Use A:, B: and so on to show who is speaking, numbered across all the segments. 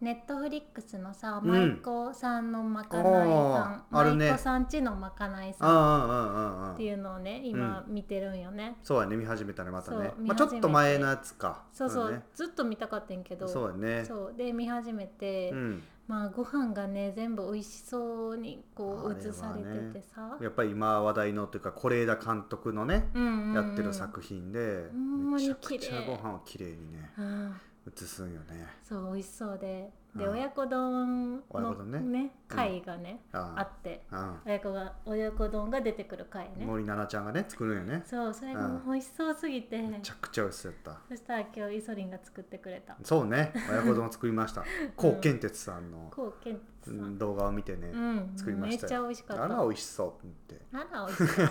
A: ネットフリックスのさ舞妓さんのまかないさ
B: あーある
A: ん
B: ね
A: 舞妓さんちのまかない
B: ああ
A: さんっ
B: ああああ
A: ていうのをね今見てるんよね、
B: そうやね見始めたねまたね
A: そう、
B: まあ、
A: 見
B: ちょ
A: 始めて
B: っと前のやつか
A: そうそう、
B: ね
A: ずっと見たかったんけど
B: そうやね
A: そうで見始めて、
B: うん、
A: まあご飯がね全部美味しそうにこ
B: あ
A: う
B: れはね
A: 映されててさ、
B: やっぱり今話題のというか是枝監督のね、
A: うんうんうん
B: やってる作品で
A: ほんま
B: め
A: に
B: ちゃくち
A: 綺
B: ゃ
A: 麗
B: ご飯をきれいにね
A: ああ
B: 映すんよね
A: そう美味しそうでで
B: うん
A: 親子丼
B: 親
A: の
B: 子丼ね
A: ね会がね、あ
B: あ
A: って
B: あ、
A: 親子が親子丼が出てくる会
B: うん、
A: ね
B: 森七菜ちゃんがね作るんよね
A: そうそれがもう美味しそうすぎて、
B: めちゃくちゃ美味しそうやっ
A: そしたら今日イソリンが作ってくれた
B: たそうね親子丼作りま した高健哲さんの
A: こうけんさん
B: 動画を見てね、
A: うん
B: 作りましたよ
A: めっちゃ美味しかった
B: あら美味しそうって
A: あら美味しい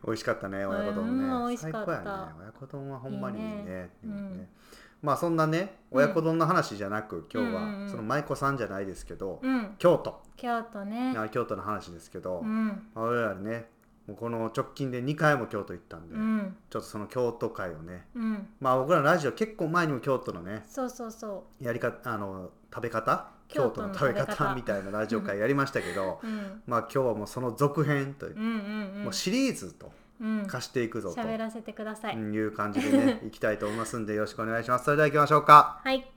B: 美味しかったね親子丼ね、
A: うん美味し
B: 最
A: かっ
B: 高
A: た
B: やね親子丼はほんまにいいね
A: いいね
B: っていうね
A: うん
B: まあそんなね
A: うん
B: 親子丼の話じゃなく、今日は、
A: うんうんうん
B: その舞妓さんじゃないですけど、
A: うん
B: 京都、
A: 京都ね
B: あ京都の話ですけど、
A: うん
B: まあ俺らねもうこの直近で2回も京都行ったんで、
A: うん
B: ちょっとその京都会をね
A: うん
B: まあ僕らのラジオ結構前にも京都のね
A: そうそうそ
B: やり方あの食べ方京
A: 京
B: 都
A: 都
B: の
A: の
B: 食
A: 食
B: べ
A: べ
B: 方
A: 方
B: みたいなラジオ会やりましたけど
A: う、うん、
B: まあ今日はもうその続編という
A: うんうんうん
B: もうシリーズと
A: うん
B: 化していくぞと、
A: 喋らせてください、
B: うんいう感じで ねいきたいと思いますんでよろしくお願いしますそれでは行きましょうか
A: はい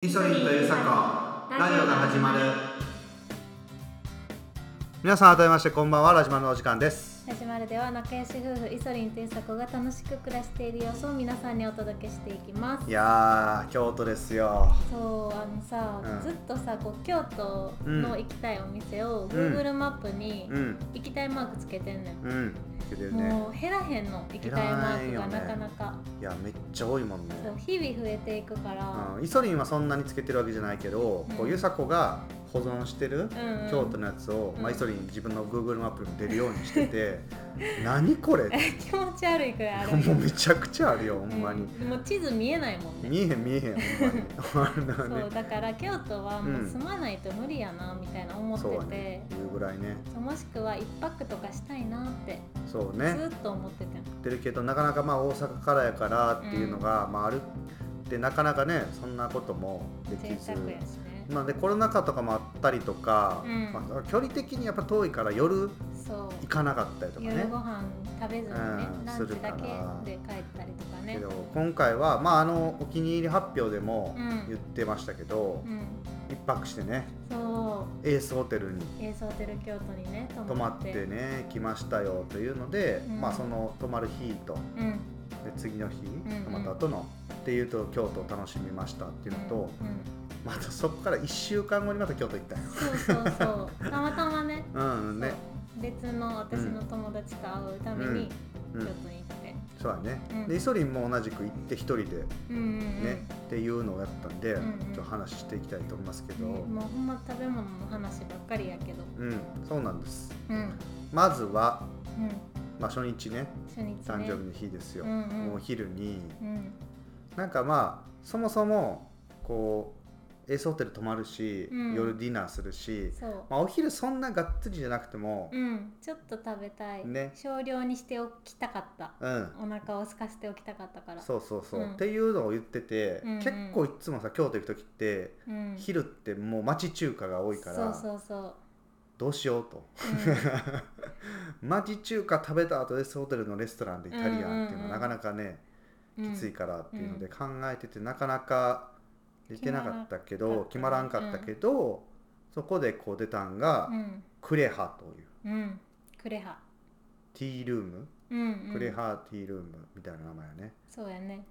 B: イソリンとユサコ
A: ラジオが始まる
B: 皆さん改めましてこんばんはラジマルのお時間です
A: ラジマルでは仲良し夫婦イソリンとイサコが楽しく暮らしている様子を皆さんにお届けしていきます
B: いやー京都ですよ
A: そうあのさ、
B: うん
A: ずっとさこう京都の行きたいお店を Google マップに
B: うん
A: 行きたいマークつけてんのよ、
B: うん言ってるね
A: もう減らへんの行きたいマークがなかなか、
B: いやめっちゃ多いもんね
A: そう日々増えていくから
B: うん、イソリンはそんなにつけてるわけじゃないけど、こ
A: う
B: うんユサコが保存してる、
A: んうん
B: 京都のやつを、まあ、
A: うん
B: イソリン自分の Google マップにも出るようにし てて何これって
A: 気持ち悪いくらいある
B: もうめちゃくちゃあるよ ほ
A: うん
B: まに、
A: もう地図見えないもんね
B: 見えへん見えへんほんまにあん な
A: そう
B: ね
A: だから京都はもううん住まないと無理やなみたいな思っ
B: そうや
A: てて
B: ね、いうぐらいね
A: そうもしくは一泊とかしたいなって
B: そう
A: ず
B: ね
A: ーっと思ってたの
B: 言ってるけどなかなかまあ大阪からやからっていうのが、まあ、あるでなかなかねそんなこともでき
A: 贅
B: ず
A: 沢やしね
B: まあでコロナ禍とかもあったりとか、
A: うん
B: まあ、距離的にやっぱ遠いから夜
A: そう
B: 行かなかったりとかね
A: 夜ご飯食べずにね
B: うん
A: ラン
B: す
A: チ
B: るか
A: だ
B: ら
A: けで帰ったりとか
B: け
A: ね
B: ど今回は、まあ、あのお気に入り発表でも
A: うん
B: 言ってましたけど、
A: うん
B: 一泊してね
A: そ
B: エースホテルに
A: うエースホテル京都にね
B: 泊
A: 泊ま
B: まっ
A: って
B: てね来ましたよというので、
A: うん
B: まあ、その泊まる日と
A: うん
B: で次の日
A: んうん
B: 泊まった後の、っていうと京都を楽しみましたっていうのと、
A: うんうん
B: またそこから1週間後にまた京都行ったんよ。
A: そうそうそうたまたまね
B: うんね、
A: そう別の私の友達と会うために
B: う
A: 京
B: ん
A: 都、に行って
B: そうだね、
A: うん
B: でイソリンも同じく行って一人でね、
A: うんうんうん
B: っていうのをやったんで、
A: うんうん
B: ちょっと話していきたいと思いますけど、
A: ねもうほんま食べ物の話ばっかりやけど
B: うん、そうなんです
A: うんうん
B: まずは、まあ、初日ね
A: 初日ね
B: 誕生日の日ですよ、
A: うんうん
B: もうお昼に
A: うん
B: なんかまあそもそもこうエースホテル泊まるし、
A: うん
B: 夜ディナーするし、
A: そう
B: まあ、お昼そんながっつりじゃなくても
A: うん、ちょっと食べたい、
B: ね
A: 少量にしておきたかった
B: うん、
A: お腹を空かせておきたかったから
B: そうそうそう、
A: うん
B: っていうのを言ってて、
A: うんうん
B: 結構いつもさ京都行く時って、
A: う、ん、
B: 昼ってもう町中華が多いから
A: そうそう
B: どうしよう と
A: そう、
B: 町中華食べた後エースホテルのレストランでイタリアンっていうの
A: う
B: は
A: んうんうん
B: なかなかね
A: う
B: き
A: ん、
B: ついからっていうので
A: う
B: 考えててなかなかできなかったけど決
A: 決
B: ま
A: ま
B: ら
A: ら
B: ん
A: ん
B: か
A: かった
B: ったけど、そこでこう出たんが、
A: うん
B: クレハという
A: うんクレハ
B: ティールーム、
A: うん、うん、
B: クレハティールームみたいな名前やね
A: そうやね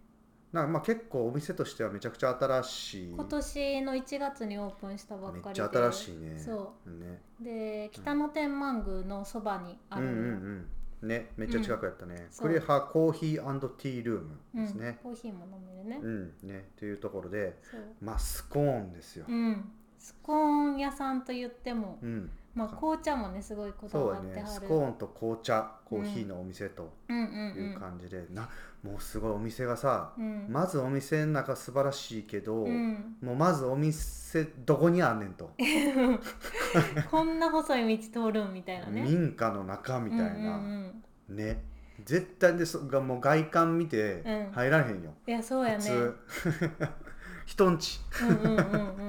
B: なんかまあ結構お店としてはめちゃくちゃ新しい
A: 今年の1月にオープンしたばっかり
B: め
A: で
B: っちゃ新しいね
A: そ
B: ね
A: うで北野天満宮のそばにあ
B: うん
A: る
B: う
A: のよ、
B: んうんねめっちゃ近くやったね、
A: そう
B: クレハコーヒーティールームです
A: うん
B: ね、
A: コーヒーも飲めるね、
B: うんねというところで
A: そう
B: まあスコーンですよ、
A: うんスコーン屋さんと言っても、
B: うん、
A: まあ紅茶もねすごいこだ
B: そう
A: わ
B: や
A: って
B: ね
A: は
B: ス
A: る、
B: コーンと紅茶コーヒーのお店と
A: うん
B: い
A: うん
B: う感じで、なもうすごいお店がさ、
A: うんうん
B: まずお店の中素晴らしいけど、
A: うん
B: もうまずお店どこにあんねんと、
A: こんな細い道通るんみたいなね。
B: 民家の中みたいな、
A: うんうん
B: ね絶対でそがもう外観見て
A: うん
B: 入らへんよ、
A: うん、いやそうやね。
B: 普通 人んち
A: うんうんうんう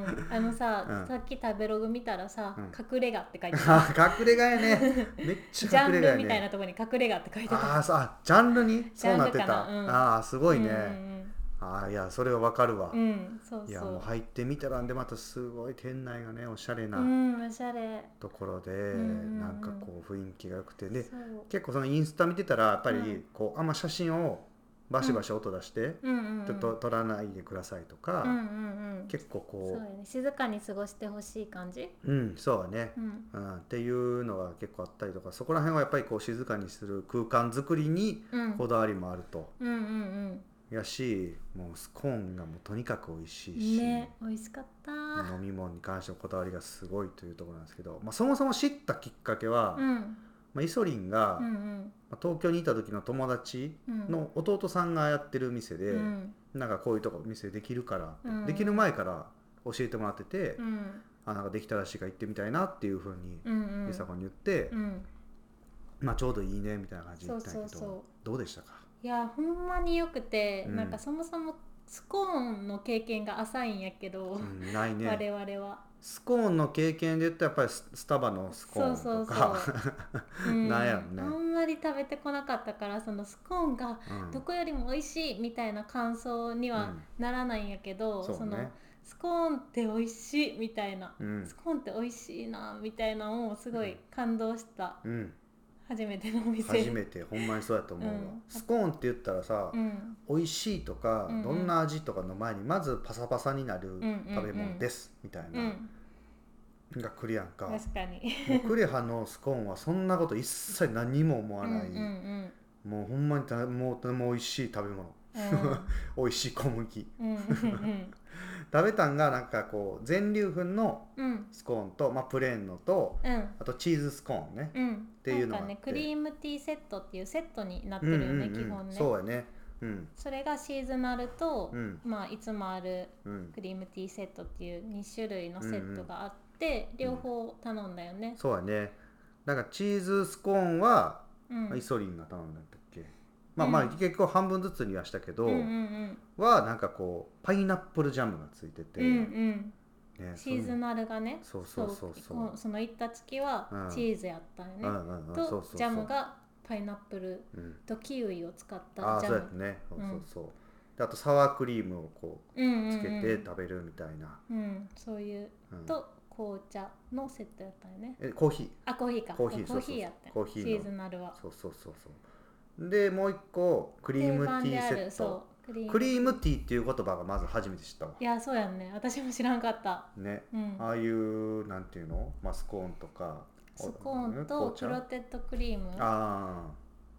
A: んあのさ、
B: うん
A: さっき食べログ見たらさ、
B: うん
A: 隠れ家って書いてた
B: 隠れ家やねめっち
A: ジ
B: ゃ
A: ャン
B: 隠れ家
A: ル
B: や
A: みたいな
B: ね
A: ところに隠れ家って書いてた
B: あーそうあジャンルにそうなっ
A: ジ
B: て
A: ャ
B: た、
A: ンルかなうん
B: ああすごいね、
A: うん
B: ああいやそれはわかるわ、
A: うんうん、うん、そう
B: いや
A: そ
B: もう
A: う
B: 入ってみたらんでまたすごい店内がねおしゃれ
A: う
B: な、
A: んおしゃれ
B: ところで、
A: ん
B: なんかこう雰囲気が良くてで
A: そう
B: 結構そのインスタ見てたらやっぱ
A: うん
B: りこうあんま写真をバシバシ音出して
A: うんうんうん
B: ちょっと撮らないでくださいとか、
A: うんうんうん
B: 結構
A: そう
B: こ
A: よね静かに過ごしてほしい感じ
B: ううんそうだね
A: う、ん
B: うんっていうのが結構あったりとかそこら辺はやっぱりこう静かにする空間作りに
A: うん
B: こだわりもあると、
A: うんうん
B: やしもうスコーンがもうとにかく美味し
A: う
B: いし、
A: んね美味しかった
B: 飲み物に関してのこだわりがすごいというところなんですけど、まあ、そもそも知ったきっかけは、
A: うん
B: まあ、イソリンが、
A: うんうん
B: まあ東京にいた時の友達
A: うん
B: の弟さんがやってる店で、
A: うん
B: なんかこういうとこ店できるから、
A: うん
B: できる前から教えてもらってて、
A: うん
B: あなんかできたらしいから行ってみたいなっていうふうに
A: うんうん
B: 美佐子に言って、
A: うん
B: まあ、ちょうどいいねみたいな感じで言ったんやけど
A: そうそうそう
B: どうで したか
A: いやほんまによくて、
B: うん
A: なんかそもそもスコーンの経験が浅いんやけど、
B: うんない
A: 我
B: ね
A: 々 は
B: スコーンの経験で言ったらやっぱりススタバのスコーンとか
A: そう
B: うんなんやろね
A: あんまり食べてこなかったからそのスコーンが
B: うん
A: どこよりも美味しいみたいな感想に
B: う
A: は
B: ん
A: ならないんやけど、
B: そう
A: その
B: ね
A: スコーンって美味しいみたいな、
B: うん
A: スコーンって美味しいなみたいなのをすごい感動した、
B: うん、
A: 初めてのお店
B: 初めてほんまにそうやと思うわ、
A: うん
B: スコーンって言ったらさ、
A: うん
B: 美味しいとか、
A: うんうん
B: どんな味とかの前にまずパサパサになる
A: んうんうん
B: 食べ物です、みた
A: う
B: いなんのが来るやんか、
A: 確かに
B: もうクレハのスコーンはそんなこと一切何も思わない、
A: うんうん
B: もうほんまにたもうとても美味しい食べ物
A: うんうん
B: 美味しい小麦
A: うんうん
B: 食べたんがなんかこう全粒粉の
A: うんうん
B: スコーンと、まあ、プレーンのと
A: うん
B: あとチーズスコーンね、
A: うん
B: ていう
A: な
B: のが
A: ん
B: あ
A: かね
B: って
A: クリームティーセットっていうセットになってるよね、
B: うんうんうん
A: 基本ね
B: そうやねうん
A: それがシーズナルと、
B: うん
A: まあ、いつもある
B: うん
A: クリームティーセットっていう2種類のセットがあって、両方頼んだよね、
B: そうやねなんかチーズスコーンは、
A: うん、
B: イソリンが頼んだんだっけまあまあ
A: うん
B: 結構半分ずつにはしたけど、
A: うんうん
B: はなんかこうパイナップルジャムがついてて、
A: うんうん
B: ね
A: シーズナルがね
B: そうそうそうそう
A: こうその行った月は
B: うん
A: チーズやったよね、
B: うんうんうん
A: と
B: そうそうそう
A: ジャムがパイナップル
B: うん、
A: とキウイを使っ
B: あ
A: た
B: あ
A: ジ
B: そ
A: ャ
B: うやっ
A: ム
B: てねそううんそうそう、であとサワークリームをこ
A: うんうん
B: う
A: うん
B: つけて食べるみたいな、
A: うん、そういう、
B: うん
A: と紅茶のセットやったよね
B: えコーヒ
A: あコーヒーか
B: コーヒー
A: コーヒーやって
B: そうそうそうコーヒー
A: シ
B: の
A: ーズナルは
B: ーそうそうそうそうでもう一個クリームティーセット
A: そうクリーム
B: クリームティーっていう言葉がまず初めて知ったわ
A: いやそうやんね私も知らんかった
B: ね
A: うん
B: ああいうなんていうの、まあ、スコーンとか
A: スコーン
B: お
A: と
B: 紅茶
A: クロテッドクリーム
B: あ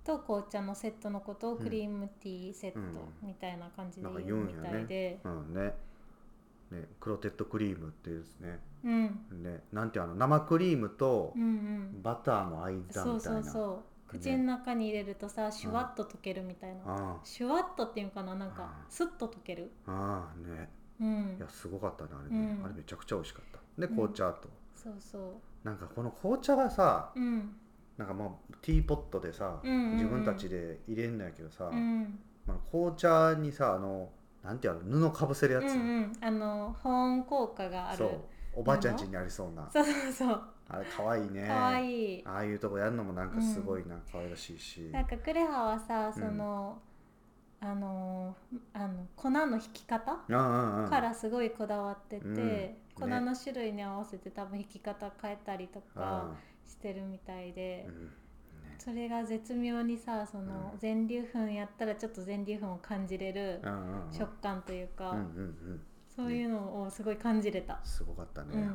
A: と紅茶のセットのことをクリームティーセット
B: うん
A: みたいな感じで
B: なんか
A: 言
B: 言
A: う
B: うん
A: み
B: やね
A: たいで
B: あうんねねクロテッドクリームっていうですね
A: うん
B: ねなんていうの生クリームと
A: うんうん
B: バターの間みたいな、
A: そうそうそう口の中に入れるとさシュワッと溶けるみたいな
B: あ
A: シュワッとっていうかななんか
B: うん
A: スッと溶ける
B: あああね
A: うん
B: いやすごかったねあれね、
A: うん
B: あれめちゃくちゃ美味しかったで
A: うん
B: 紅茶と、
A: そうそ
B: なんかこの紅茶がさ
A: ううん
B: なんかもうティーポットでさ、
A: うんうんうん
B: 自分たちで入れんのやけどさ、
A: うん
B: まあ、紅茶にさあのなんていうの布かぶせるやつ、
A: うんうんあの保温効果がある
B: そうおばあちゃん家にありそうな
A: そうそうそう
B: あれかわいいね
A: かわいい、
B: ああいうとこやるのもなんかすごいな、可愛らしいし
A: なんかクレハはさ
B: う
A: そ
B: ん
A: の、あのーあの粉の引き方
B: うんうんうん
A: からすごいこだわってて、
B: うんね
A: 粉の種類に合わせて多分引き方変えたりとかしてるみたいで、
B: うんうんね
A: それが絶妙にさその
B: うん
A: 全粒粉やったらちょっと全粒粉を感じれる
B: うんうんうん
A: 食感というか、
B: うんうんうん
A: そういうのをすごい感じれた。
B: すごかったね,、
A: うん
B: ね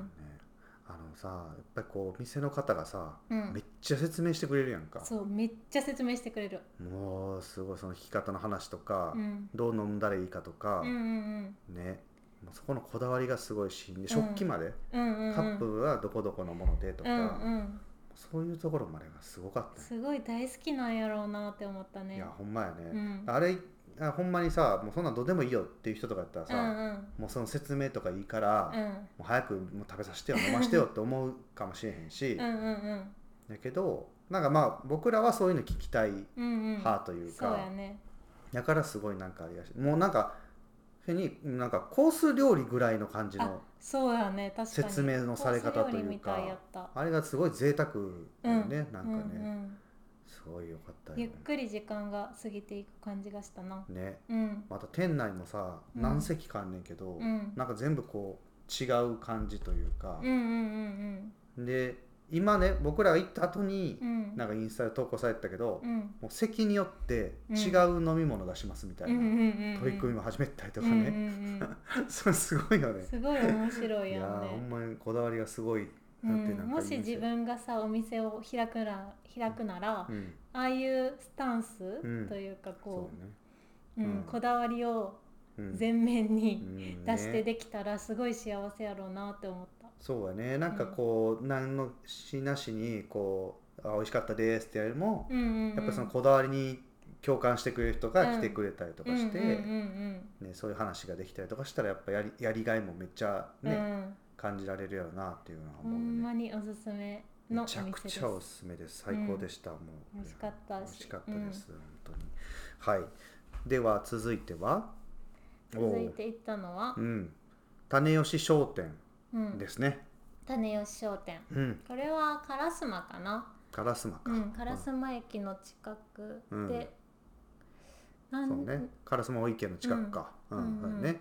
B: あのさやっぱりこう店の方がさ、
A: うん
B: めっちゃ説明してくれるやんか
A: そうめっちゃ説明してくれる。
B: もうすごいその弾き方の話とか、
A: うん、
B: どう飲んだらいいかとか
A: うん、うん
B: ねもうそこのこだわりがすごいしで食器まで、
A: うんうんうんうん
B: カップはどこどこのものでとか、
A: うんうん
B: そういうところまでがすごかったね、
A: すごい大好きなんやろうなって思ったね
B: いやほんまやね、
A: うん
B: あれあほんまにさもうそんなんどうでもいいよっていう人とかやったらさ、
A: うん
B: もうその説明とかいいから、
A: うんうん
B: もう早くもう食べさせてよ飲ませてよって思うかもしれへんし、
A: うんうん
B: だけどなんかまあ僕らはそういうの聞きたい
A: うんうん
B: 派というか、
A: そうやね
B: だからすごいなんかあれがしもうなんかフェニなんかコース料理ぐらいの感じ
A: あ
B: の
A: そうやね確かに
B: 説明のされ方とい
A: コース
B: う
A: 料理みたいや
B: か
A: った
B: あれがすごい贅沢だよね、なんかね、
A: うんうん
B: すごい良かったよ
A: ゆっ
B: ね
A: くり時間が過ぎていく感じがしたな
B: ね
A: うん
B: また店内もさ
A: うん
B: 何席かあんねんけど、
A: うん
B: なんか全部こう違う感じというか
A: うんう、んうん
B: で今ね僕らが行った後に
A: う、ん
B: なんかインスタで投稿されてたけど、
A: うんうん
B: もう席によって違う飲み物出しますみたい
A: うんうん
B: な
A: うんうん
B: 取り組みも始めたりとか
A: うん
B: ね、
A: うんうん
B: それすごいよね。
A: すごい面白い
B: い
A: や
B: や
A: ん
B: ーほ
A: ね
B: んまにこだわりがすごい、
A: う
B: なんてなんんか
A: も
B: い
A: し
B: いんです
A: 自
B: よ
A: 分がさお店を開くな開くなら、
B: うん、
A: ああいうスタンス、
B: うん
A: というか
B: そ
A: こ
B: うね
A: うう、ん
B: うん
A: こだわりを
B: うん
A: 前面に
B: うん
A: 出して
B: ね
A: できたらすごい幸せやろうなって思った。
B: そうやねなんかこう、何のしなしにこうあ美味しかったですってやるよりも、
A: うんうんうん、
B: やっぱりそのこだわりに共感してくれる人が来てくれたりとかして、
A: うんうんうん
B: ね、そういう話ができたりとかしたらやっぱやりやりがいもめっちゃ
A: うん
B: ね、
A: うん
B: 感じられるよなっていうのは
A: ほ
B: 思うよね。
A: んまにおすすめのお
B: めち
A: 店
B: ゃ
A: です。
B: くちゃおすすめです最高でした、もう
A: 美味しかったし
B: 美味しかったです、本当にはいでは続いては
A: 続いていったのは
B: おう、うん種吉商店
A: うん、
B: ですね
A: 種吉商店。
B: うん
A: これは烏丸かな。
B: 烏丸
A: う
B: か、
A: ん、烏丸駅の近く
B: うん
A: で、な
B: そうね烏丸池の近くか、う
A: うんん
B: うん
A: うんうん
B: ね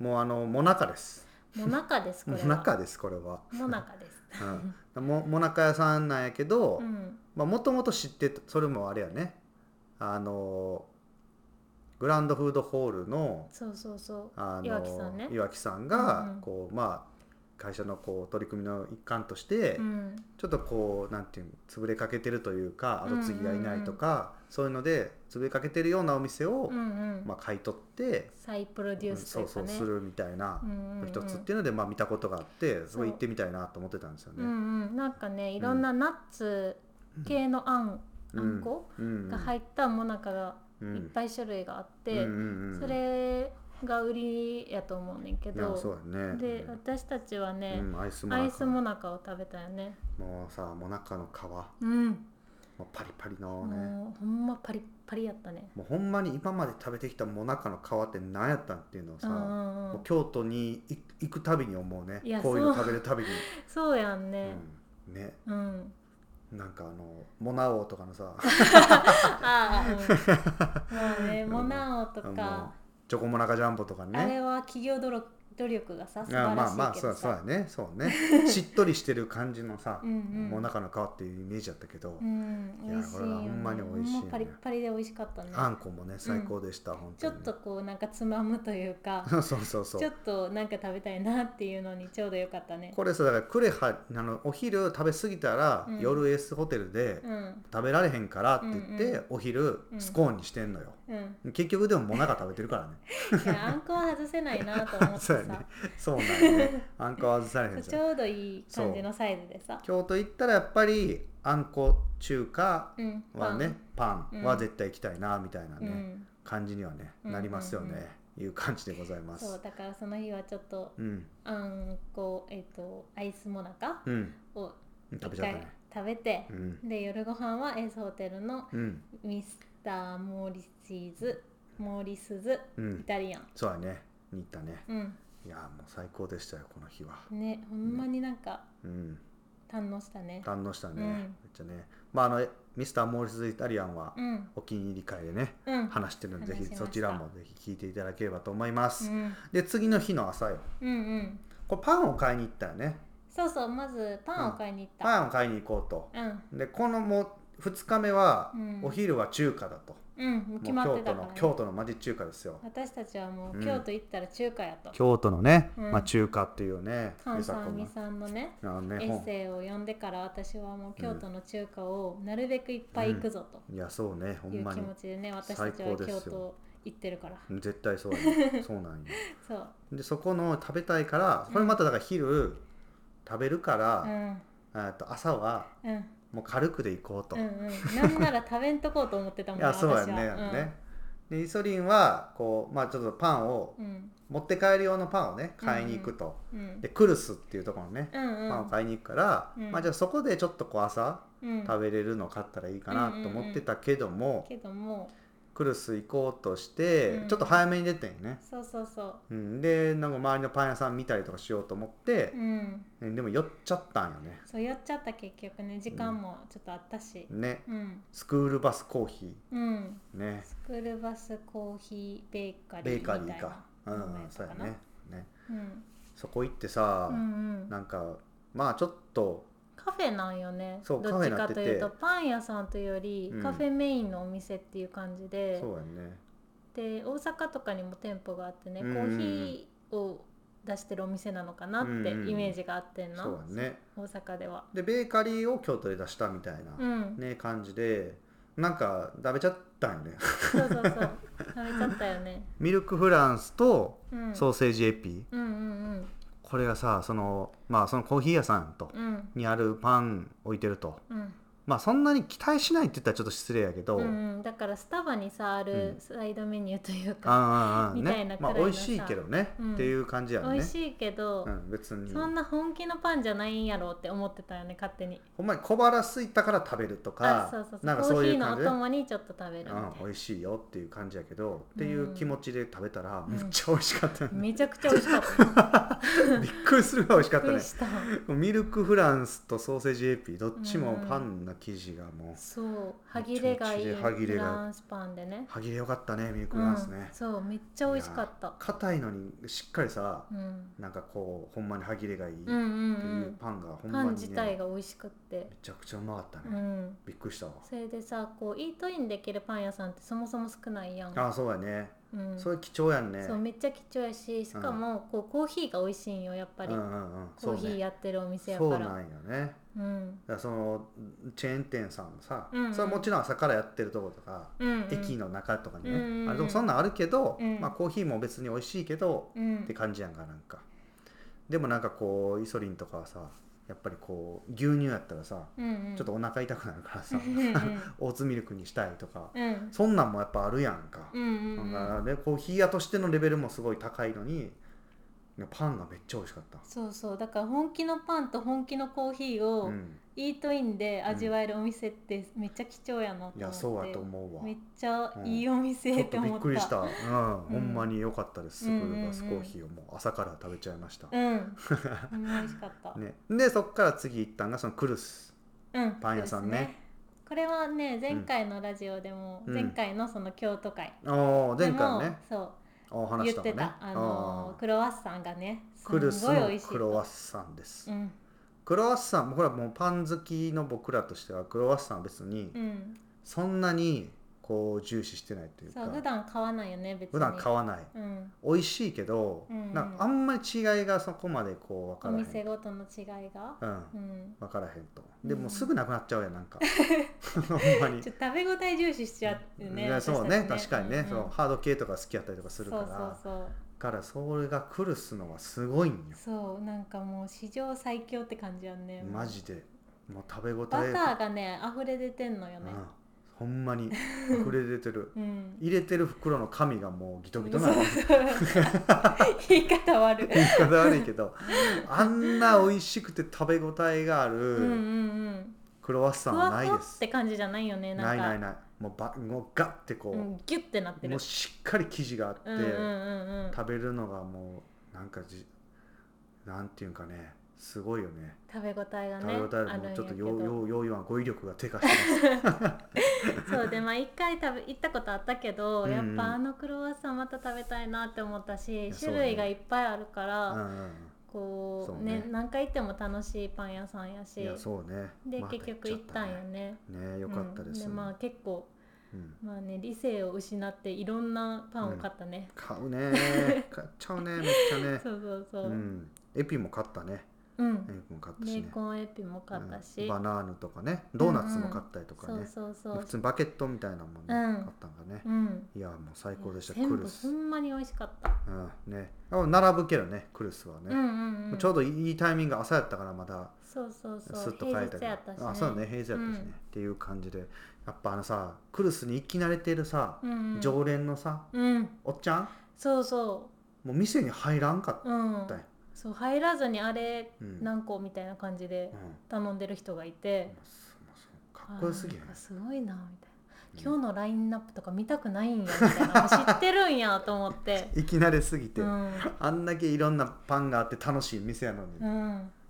B: もうあのモナカです
A: もなかですこ
B: モ
A: れは。
B: ナカですこれは、
A: もなかです。
B: うん、もモナカ屋さんなんやけど、
A: うん、
B: まあもともと知ってたそれもあれやねあのグランドフードホールの
A: そうそうそう。
B: あの
A: 岩木さんね
B: 岩木さんが、
A: うんうん
B: こうまあ会社のこう取り組みの一環として、
A: うん、
B: ちょっとこうなんていうの潰れかけてるというか後継ぎがいないとか、そういうので潰れかけてるようなお店を、
A: うんうん
B: まあ、買い取って、
A: 再プロデュースと
B: そ
A: いう
B: う
A: か
B: そう
A: ね。
B: するみたいな
A: うんうんうん
B: 一つっていうので、まあ、見たことがあってすご
A: そう
B: い行ってみたいなと思ってたんですよ
A: うん
B: ね。
A: うん、なんかねいろんなナッツ系のあん、
B: うん
A: あんこ
B: うん
A: が入ったもなかが
B: うん
A: いっぱい種類があって、
B: うんうんうん
A: それが売りやと思うねんけ
B: いや
A: ど
B: そうだね
A: で私たちはね、
B: うん、アイスも
A: ア
B: な
A: イ
B: んか
A: スもなかを食べたよね。
B: もうさもなかの皮も
A: うん、
B: うパリパリのね、
A: もうほんまパリッパリやったね。
B: もうほんまに今まで食べてきたもなかの皮って何やったんっていうのをさ、
A: うんうんう、
B: もうん京都に行く行くたびに思うね
A: いや
B: こういうの
A: そう
B: 食べるたびに、
A: そうやんね。
B: うん、ね
A: うん。
B: なんかあのモナ王とかのさ
A: ああ、 うん、もうね、モナオと
B: あの
A: か、
B: チョコモナカジャンボとか
A: あれ
B: ね
A: は企業努力努力がさ素晴
B: あ
A: ら
B: ま
A: し
B: あ
A: い
B: まあ
A: け
B: そう
A: ど
B: そう
A: さ
B: だ。ねそ うねしっとりしてる感じのさ
A: うんうん
B: もなかの皮っていうイメージだったけど、
A: うん、
B: い
A: 美
B: や
A: 味しいよ、ね。
B: これはほんまに美味しい
A: ほ
B: ね
A: んまパリッパリで美味しかったね。
B: あんこもね最高でした、本
A: ち
B: 当
A: ょ
B: に
A: っとこうなんかつまむというか、
B: と そうそう そう
A: ちょっとなんか食べたいなっていうのにちょうどよかったね。
B: これさだからクレハあのお昼食べ過ぎたら、
A: うん
B: 夜エースホテルで
A: うん、
B: 食べられへんからって言って、
A: うんうん
B: お昼
A: うん
B: スコーンにしてんのよ、
A: うん。
B: 結局でももなか食べてるからね
A: いやあんこは外せないなと思って
B: そ
A: さ
B: う、やねそうなんよねあんこは外されへん
A: そう
B: です
A: ち
B: よ
A: ょうどいい感じのサイズでさ、
B: 京都行ったらやっぱりあんこ中華
A: うん、
B: はねパン
A: うん
B: は絶対行きたいなみたいな
A: パン、
B: ね、感じにはね
A: うん
B: なりますよね、
A: うんうん
B: いう感じでござい
A: うん。
B: ま
A: そう
B: す
A: だからその日はちょっと
B: うん
A: あんこえっ、とアイスもなか
B: うん
A: を
B: 食べ
A: 一
B: ちゃ
A: 回
B: ったね
A: 食べて
B: う、ん
A: で夜ご飯はエースホテルの
B: うん
A: ミスターモーリスチーズモーリスズ
B: う
A: イ
B: ん
A: タリアン
B: そうやねに行ったね
A: うん
B: いやもう最高でしたよこの日は
A: ねほんまになんか
B: うん
A: 堪能したね
B: 堪能したね、
A: うん
B: めっちゃねまああのミスターモーリス・イタリアンは
A: うん
B: お気に入り会でね、
A: うん
B: 話してるんでぜ
A: 話し
B: ひ
A: ました
B: そちらもぜひ聞いていただければと思います、
A: うん
B: で次の日の朝よ
A: うんうん
B: これパンを買いに行ったよね
A: そうそうまずパンを買いに行った
B: パンを買いに行こうと
A: うん
B: でこのもう2日目は
A: うん
B: お昼は中華だと、
A: うん、決ま
B: も
A: って
B: う京都
A: た
B: の、
A: から、
B: 京
A: ね、
B: 都の町中華ですよ
A: 私たちはも
B: うん
A: う京都行ったら中華やと
B: 京都のね、
A: うん
B: まあ、中華っていうね
A: 菅さ
B: 子
A: ん
B: の
A: みさんのね
B: あの
A: エ
B: ね
A: ッ
B: 本
A: セイを読んでから私はもう京都の中華をなるべくいっぱい行くぞと
B: いやそうねほ
A: い
B: ん
A: う
B: ま
A: 気
B: に
A: 持ちでね私たち
B: 最
A: は
B: 高ですよ
A: 京都行ってるから
B: 絶対そうや ねそうなんよ
A: そう
B: でそこの食べたいからこれまただから昼食べるか
A: う
B: ら、
A: ん
B: えっと朝は
A: うん
B: もう軽くで行こうと、
A: うんうん、なんなら食べんとこうと思ってたもん
B: いやそうやんね
A: 私
B: や
A: は
B: んね、でイソリンはこうまあちょっとパンを、
A: うん
B: 持って帰る用のパンをね買いに行くと、
A: うん
B: でクルスっていうところのね、
A: うんうん
B: パンを買いに行くから、
A: うん
B: まあじゃあそこでちょっとこう朝
A: うん
B: 食べれるの買ったらいいかなと思ってたけども、
A: けども
B: クルス行こうとして、
A: うん
B: ちょっと早めに出てんよね、
A: そうそうそう
B: うん、でなんか周りのパン屋さん見たりとかしようと思って
A: う、ん
B: うんでも寄っちゃったんよね
A: そう酔っちゃった結局ね時間もちょっとあったし
B: ね
A: うん
B: スクールバスコーヒ
A: うん
B: ーね
A: スクールバスコーヒーベーカリ
B: ベ
A: ー
B: ーカリ
A: みた
B: ー
A: い
B: か
A: な
B: う
A: 名前や
B: ん
A: っ
B: そ
A: た
B: うや
A: かな
B: ねね
A: うん
B: そこ行ってさ、
A: うんうん
B: なんかまあちょっと
A: カフェなんよね
B: そう
A: どっち
B: カフェにな
A: か
B: って
A: と
B: て
A: いうとパン屋さんというより
B: うん
A: カフェメインのお店っていう感じで、
B: そうやね
A: で大阪とかにも店舗があってね、
B: うんうん
A: コ
B: うん
A: ーヒーを出してるお店なのかなって
B: うんうんうん
A: イメージがあってんな、
B: そうやね
A: 大阪では
B: でベーカリーを京都で出したみたいな、
A: うん、
B: ね感じでなんか食べちゃったんよね
A: そうそうそう食べちゃったよね、
B: ミルクフランスと
A: うん、
B: ソーセージエピ、
A: うんうん
B: これがさそのまあそのコーヒー屋さんと、
A: うんうん
B: にあるパン置いてると
A: うん
B: まあそんなに期待しないって言ったらちょっと失礼やけど、
A: うんうん、だからスタバにさある
B: うん
A: サイドメニューというか、
B: あんあんあん
A: みたいな
B: ねまあ
A: くらいの
B: 美味
A: さ
B: しいけどね、
A: うん
B: っていう感じやね
A: 美味しいけど、
B: うん、別に
A: そんな本気のパンじゃないんやろうって思ってたよね勝手に
B: ほんまに小腹空いたから食べると
A: あ
B: か
A: そうそうそ
B: な
A: うん
B: かそう
A: コー
B: い
A: ヒー
B: う
A: の
B: 感
A: お
B: じで、
A: 供にちょっと食べるみたいな、
B: うん、美味しいよっていう感じやけど、っていう気持ちで食べたら
A: ん
B: めっちゃ美味しか ったよね、
A: めちゃくちゃ美味し かった。
B: びっくりするぐらい美味しかっ
A: びっく
B: たね
A: りした。
B: ミルクフランスとソーセージエピどっちもパンの生地がもう
A: そう、歯切れがいい
B: めちゃめちゃ歯切れ
A: フ
B: が
A: ランスパンでね。
B: 歯切れよかったねミルク
A: う
B: フランス
A: ん
B: ね、
A: そう、めっちゃ美味しかっ
B: いや
A: た。
B: 硬いのにしっかりさ
A: うん。
B: なんかこうほんまに歯切れがいいって
A: うんう
B: いうんパンがほ
A: うんん。パ
B: まに、ね
A: ン自体が美味しくって
B: め。ちゃくちゃうまかった
A: う
B: ね、
A: ん。
B: びっくりしたわ
A: それでさ、こうイートインできるパン屋さんってそもそも少ないやん。
B: ああそうやね、
A: うん。
B: それ貴重やんね
A: そう、めっちゃ貴重やし、しかもこうコーヒーが美味しいんよやっぱり
B: う。んうんうん、
A: コーヒー
B: や
A: やってるお店や
B: そう
A: か
B: ねそうな
A: ら。
B: んよね
A: うん。
B: だからそのチェーン店さんもさ、
A: うんうん
B: それはもちろん朝からやってるとことか、
A: うんうん。
B: 駅の中とかにね、
A: うんうんうん
B: あれでもそんなんあるけど、
A: うん
B: まあ、コーヒーも別に美味しいけど、
A: う
B: って
A: ん。
B: 感じやんかなんかでもなんかこうイソリンとかはさやっぱりこう牛乳やったらさ、
A: うんうん。
B: ち ょっとお腹痛くなるからさ、
A: うんうん。
B: オーツミルクにしたいとか、
A: うん。
B: そんなんもやっぱあるやんか、
A: うんうんうん。
B: なんかねコーヒー屋としてのレベルもすごい高いのにパンがめっちゃ美味しかった、
A: そうそうだから本気のパンと本気のコーヒーを
B: うん、
A: イートインで味わえるお店ってめっちゃ貴重やなと思って、
B: いやそうやと思うわ
A: めっちゃいいお店
B: ちょ
A: っ
B: ってとび
A: 思
B: っ
A: った
B: くりした、う
A: う
B: ん
A: ん
B: ほんまに良かったですスク
A: うんうん
B: ー
A: うん
B: ルバスコーヒーをもう朝から食べちゃいました、
A: うんほんま美味しかった、
B: ね、でそっから次行ったんがそのクルス
A: うん
B: パン屋さんね
A: そうですこれはね前回のラジオでも、
B: うん
A: 前回のその京都会
B: おー
A: で
B: 前
A: も
B: 回ね
A: そう
B: お話
A: 言
B: し
A: ったて
B: の
A: た、
B: ね
A: あのー
B: ー
A: クロワッサンがねす
B: クルス
A: ごい美
B: の
A: 味しいと
B: クロワッサンです、
A: うん
B: クロワッサンこれはもうパン好きの僕らとしてはクロワッサンは別に
A: うん
B: そんなにこう重視してないというか、
A: そう普段買わないよね別に
B: 普段買わない
A: うん
B: 美味しいけど、
A: うん
B: なんかあんまり違いがそこまでこう
A: お
B: 分からへ
A: 店
B: ん、
A: ごとの違いが
B: うん、
A: うん
B: 分からへんとで
A: うん
B: もうすぐなくなっちゃうやんな んかほんま に
A: ちょっと食べ応え重視しちゃってね。
B: いやそうね確かにね、
A: うんうん
B: そうハード系とか好きやったりとかするから
A: そう
B: からそれが来るすのはすごいんよ
A: そうそう。そうなんかもう史上最強って感じやんね。
B: マジでもう食べ応え
A: バターがね溢れ出てんのよね
B: う。ん、ほんまに溢れ出 てる
A: うん。
B: 入れてる袋の紙がもうギトギトな
A: そう
B: の
A: そう言い方悪い。
B: 言い方悪いけどあんな美味しくて食べ応えがあ
A: うんうんう
B: る
A: ん。
B: クロワッサ
A: ふ
B: ンは
A: わ
B: ない
A: ふわ
B: で
A: っ
B: す
A: て感じじゃないよね。
B: なんい
A: か
B: ないないもうばもうガッてこう、
A: うんギュってなってる
B: もう。しっかり生地があって、
A: うんうんうんうん。
B: 食べるのがもうなんかじなんていうんかねすごいよね
A: 食べ応えが
B: 食
A: ねあ
B: べ応えも
A: るんや
B: ちょっと
A: け
B: よう
A: ど。
B: ようよう今語彙力が低下して ます
A: そうでまあ一回食べ行ったことあったけど、
B: うんうん
A: やっぱあのクロワッサンまた食べたいなって思ったし、
B: やそう
A: 種
B: ね
A: 類がいっぱいあるから。
B: うんうん
A: こ
B: そう
A: う
B: ね
A: ね何回行っても楽しいパン屋さんや
B: うん、
A: し
B: いやそうね
A: で、
B: また
A: 結局行ったんよね
B: ねねよかったです、
A: うんでまあ結構
B: うん
A: まあね理性を失っていろんなパンを買ったね、
B: 買 うね買っちゃうねめっちゃね
A: そうそうそうう、うん
B: んエピも買ったねエピも買ったし
A: ベ
B: ね
A: ーコンエピも買ったし、
B: うんバナーヌとかねドーナツも買ったりとかね、
A: そうそうそう
B: 普通にバケットみたいなもんね、
A: うん
B: 買ったんかね、
A: うん
B: いやもう最高でしたク
A: 全
B: ル
A: 部
B: ス
A: ほ、んまに美味しかった、
B: うんね、あ並ぶけどねクルスは
A: うん
B: ね、
A: うんうん
B: ちょうどいいタイミング朝やったからまだ
A: そうそうそう
B: スッと帰ったり
A: 平日やったし、ね、
B: あそうね平日やったしね、
A: うん
B: っていう感じでやっぱあのさクルスに行き慣れてるさ、
A: うんうん、
B: 常連のさ
A: うん
B: おっちゃん
A: そうそ
B: もう店に入らんかっ
A: ううん
B: たよ、
A: そう入らずにあれ
B: うん
A: 何個みたいな感じで
B: うん
A: 頼んでる人がいて、
B: もうすもうすかっこよすぎへん
A: あーなんかすごいなみたいな今日のラインナップとか見たくないんやみたい な知ってるんやと思って
B: いきなりすぎて、
A: うん、
B: あんだけいろんなパンがあって楽しい店やのに
A: うん、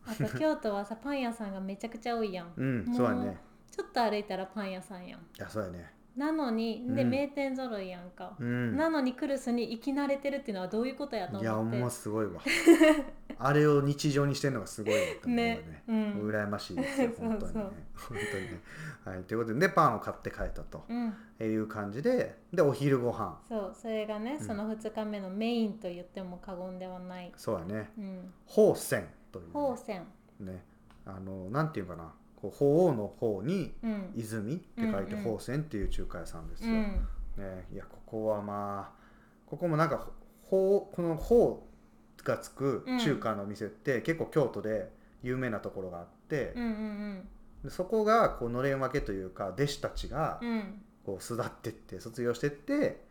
A: あと 京都はさパン屋さんがめちゃくちゃ多いやん
B: うん、
A: もう
B: そうやね
A: ちょっと歩いたらパン屋さんやん
B: いやそうやね
A: なのにで、
B: うん
A: 名店揃いやんか、
B: うん
A: なのにクルスに生き慣れてるっていうのはどういうことやと思って
B: いやほんますご いわあれを日常にしてるのがすごいなと思うわ
A: ね
B: ね
A: うん、
B: 羨ましいですよ
A: そう
B: 本当にね本当にね、はい、ということででパンを買って帰ったと
A: うん、
B: いう感じででお昼ご飯
A: そうそれがね
B: うん
A: その2日目のメインと言っても過言ではない、
B: そうやね
A: うん、
B: 宝泉という
A: 宝泉
B: ねねあのなんていうかなこう鳳凰の方に
A: うん
B: 泉って書いて
A: うんうん
B: 宝泉っていう中華屋さんです
A: う
B: よ、
A: ん
B: ね、いやここはまあここもなんかほうこの「ほう」がつく中華の店って、結構京都で有名なところがあって
A: うんう、ん
B: でそこがこうのれん分けというか弟子たちが
A: うんうん
B: こう巣立ってって卒業してって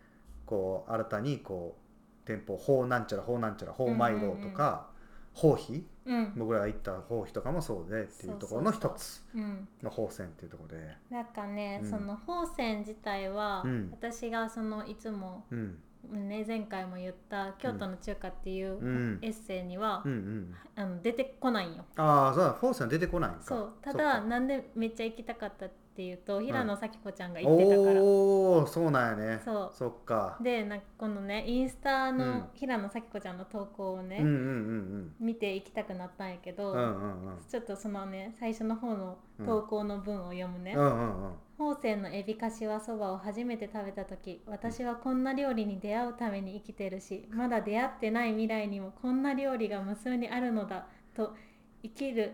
B: こう新たにこう店舗「ほうなんちゃらほうなんちゃらほうまいろう」とか「ほうひ
A: うん
B: 僕らが行ったほうひとかもそうでっていうところの
A: そうそう
B: 一
A: そう
B: つ
A: うん
B: の宝泉っていうところで。
A: なんかね、
B: うん
A: その宝泉自体は、
B: うん
A: 私がそのいつも、
B: うん
A: ね、前回も言った「京都の中華」っていううんエッセイには、
B: うんうん、
A: あの出てこないんよ。
B: ああそうだ宝泉出てこないんか
A: そうた
B: そ
A: だ
B: っか
A: なんでめっちゃ行きたかったっていうと平野咲子ちゃんが行ってたから。
B: おおーそうなんやね
A: そう
B: っか
A: でなんかこのねインスタ
B: うん
A: の平野咲子ちゃんの投稿をね、
B: うんうんうん
A: 見て行きたくなったんやけど、
B: うんうんうんうん
A: ちょっとそのね最初の方の投稿の文を読むね
B: う、んうんうん
A: 宝泉のエビかしわそばを初めて食べた時私はこんな料理に出会うために生きてるしまだ出会ってない未来にもこんな料理が無数にあるのだと生きる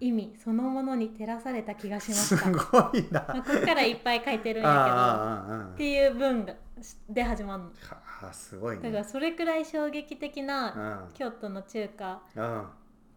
A: 意味そのものに照らされた気がしますした
B: ご
A: ま
B: いな
A: あここからいっぱい書いてるんや
B: あ
A: けどっ
B: ーあーあー
A: ていう文がで始まるの
B: あーすごい
A: だから
B: ね
A: それくらい衝撃的
B: う
A: なん京都の中華
B: うん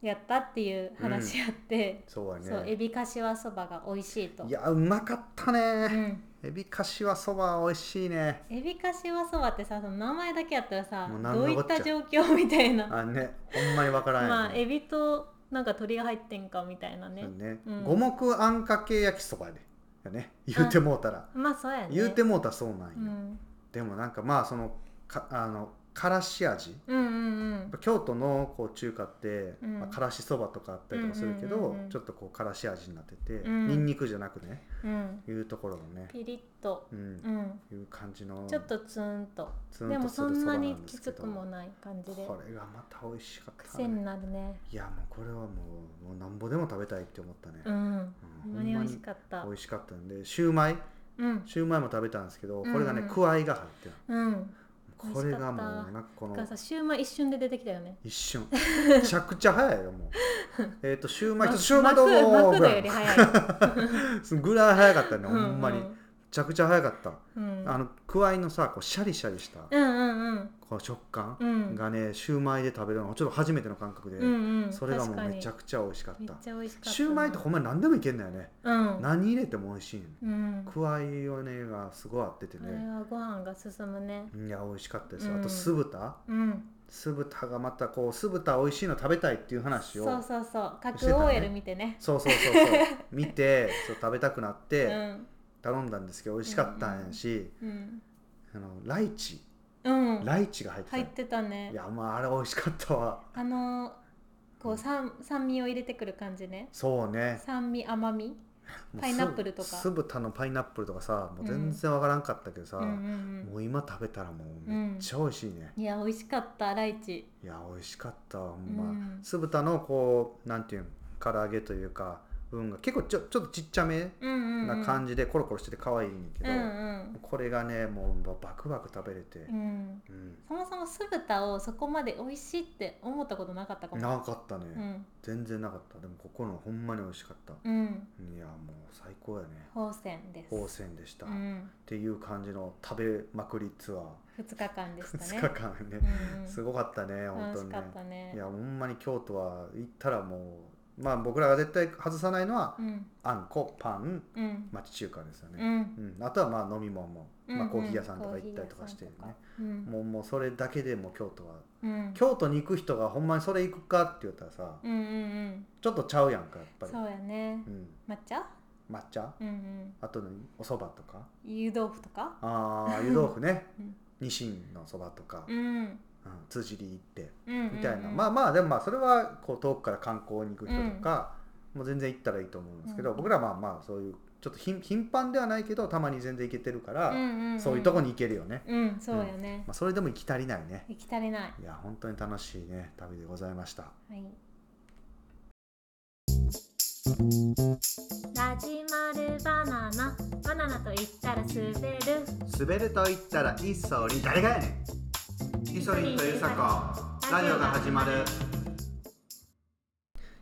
A: やったっていう話やって、
B: そう
A: そうエ
B: やね
A: ビかしわそばが美味しいと
B: いやうまかった
A: う
B: ね
A: ん
B: エビかしわそば美味しいね
A: エビかしわそばってさその名前だけやったらさ
B: もう何
A: どう
B: の
A: い
B: こ
A: っ
B: っちゃ
A: た状況みたいな、
B: あねほんまにわからん
A: まあ
B: や
A: エ
B: ね
A: ビとなんか鳥が入ってんかみたいなね、
B: そうね
A: うん
B: 五目あんかけ焼きそばでやね言うてもうたら
A: まあそうやね
B: 言うてもうたらそうなん
A: う
B: よ
A: ん、
B: でもなんかまあそのかあのからし味
A: うんうん
B: やっぱ京都のこう中華って、
A: うん
B: まあ、からしそばとかあったりとかするけど、
A: うんうんうんうん
B: ちょっとこうからし味になってて、
A: ん
B: にんにくじゃなくね
A: うんうん
B: いうところのね、
A: ピリッと、
B: うん
A: うん、
B: いう感じの
A: ちょっとツーンと
B: ツン
A: でも
B: とす
A: そ
B: る
A: ん
B: そば
A: な
B: な
A: に
B: んで
A: き
B: すけ
A: つ
B: ど
A: くもない感じで
B: これがまた美味しかった、
A: 癖になるね
B: いやもうこれはもうもうなんぼでも食べたいって思ったね、
A: う
B: うん
A: んほんまに美味し
B: っ
A: かった
B: 美味しかったんでシューマイ
A: うん
B: シューマイも食べたんですけど、これが
A: う
B: ね
A: んうん
B: くわいが入ってる
A: うん
B: これが
A: 美味し
B: もう
A: かった
B: なんかこ
A: だ
B: の
A: からさシューマイ一瞬で出てきたよね
B: 一瞬めちゃくちゃ早いよもう えっとシューマイ一つシューマイどう
A: マクマ
B: も
A: ク
B: ぐ
A: ド
B: ら
A: よ
B: い
A: り早い
B: ぐらい早かったね
A: う
B: ほんまにめちゃくちゃ早かった、
A: うんうん
B: あのくわいのさこうシャリシャリした、
A: うんうんうん
B: この食感
A: うん
B: がね、シューマイで食べるのちょっと初めての感覚で、
A: うんうん、
B: それがもうめちゃ
A: く
B: くちゃ美味しかった
A: めっちゃ美味しかったな
B: シューマイってほんまに何でもいけんだよね、
A: うん
B: 何入れても美味しいの
A: うん
B: くわいをねがすごい合ってて
A: あれ
B: ね、
A: はご飯が進むね
B: いや美味しかったです、
A: うん
B: あと酢豚
A: うん
B: 酢豚がまたこう酢豚美味しいの食べたいっていう話を
A: そうそうそう
B: してた
A: 各
B: ね
A: OL 見てね
B: そうそうそ うそう見てそう食べたくなっ
A: う
B: て
A: ん
B: 頼んだんですけど美味しかったんやし、
A: うん
B: あのライチ
A: うん
B: ライチが入ってた
A: 入
B: よ
A: ってたね
B: いやまああれ美味しかったわ
A: あのーこう酸酸味を入れてくる感じね
B: そうね
A: 酸味甘み
B: もう
A: パイナップルとか
B: 酢酢豚のパイナップルとかさもう
A: うん
B: 全然わからんかったけどさ、
A: うんうん
B: もう今食べたらもうめっちゃ美味しいね、
A: うんいや美味しかったライチ
B: いや美味しかったわほんま、
A: うん
B: 酢豚のこうなんていうん唐揚げというか部分が結構ちょちょっとちっちゃめ
A: うんうん
B: な感
A: じ
B: じでコロコロしてて可愛いんやけ
A: う
B: ど、
A: んうん
B: これがねもうバクバク食べれて
A: う、ん
B: うん
A: そもそも酢豚をそこまで美味しいって思ったことなかったかも
B: なかったね、
A: うん
B: 全然なかったでもここのほんまに美味しかった、
A: うん
B: いやもう最高やね
A: 宝泉です
B: 宝泉でした、
A: う
B: っ
A: ん、
B: ていう感じの食べまくりツアー
A: 2日間でしたね。
B: 2日間ね、
A: うんうん
B: すごかったね本
A: 楽
B: 当
A: し
B: に
A: か
B: ね
A: ったね。
B: いやほんまに京都は行ったらもうまあ僕らが絶対外さないのは、
A: うん
B: あんこパン
A: うん
B: 町中華ですよ
A: うん
B: ね、うんあとはまあ飲み物も、
A: うんう
B: まあ、
A: ん
B: コーヒー屋さんとか行ったりとかしてね、
A: コーヒー屋さんとかうん
B: もうもうそれだけでもう京都は
A: うん
B: 京都に行く人がほんまにそれ行くかって言ったらさ
A: うんうんうん
B: ちょっとちゃうやんかやっぱり
A: そうやね
B: う、ん、
A: 抹茶
B: 抹茶
A: うんうん
B: あと何お蕎麦とか
A: 湯豆腐とか
B: ああ湯豆腐ね
A: うん
B: ニシンのそばとか、
A: うん
B: うん、辻り行って
A: うんうん
B: みたいな、まあまあでもまあそれはこう遠くから観光に行く人とか、もう全然行ったらいいと思うんですけど、
A: うん
B: 僕らはまあまあそういうちょっと頻頻繁ではないけどたまに全然行けてるから、
A: んん
B: そういうとこに行けるよね、
A: うんそうよね
B: まあ、それでも行き足りないね
A: 行き足りない
B: いや本当に楽しいね旅でございました
A: はい
C: ラジマルバナナバナナと言ったら滑る
B: 滑ると言ったらいっそり誰がやねんイ
C: ソリンとユサコラジオが始まる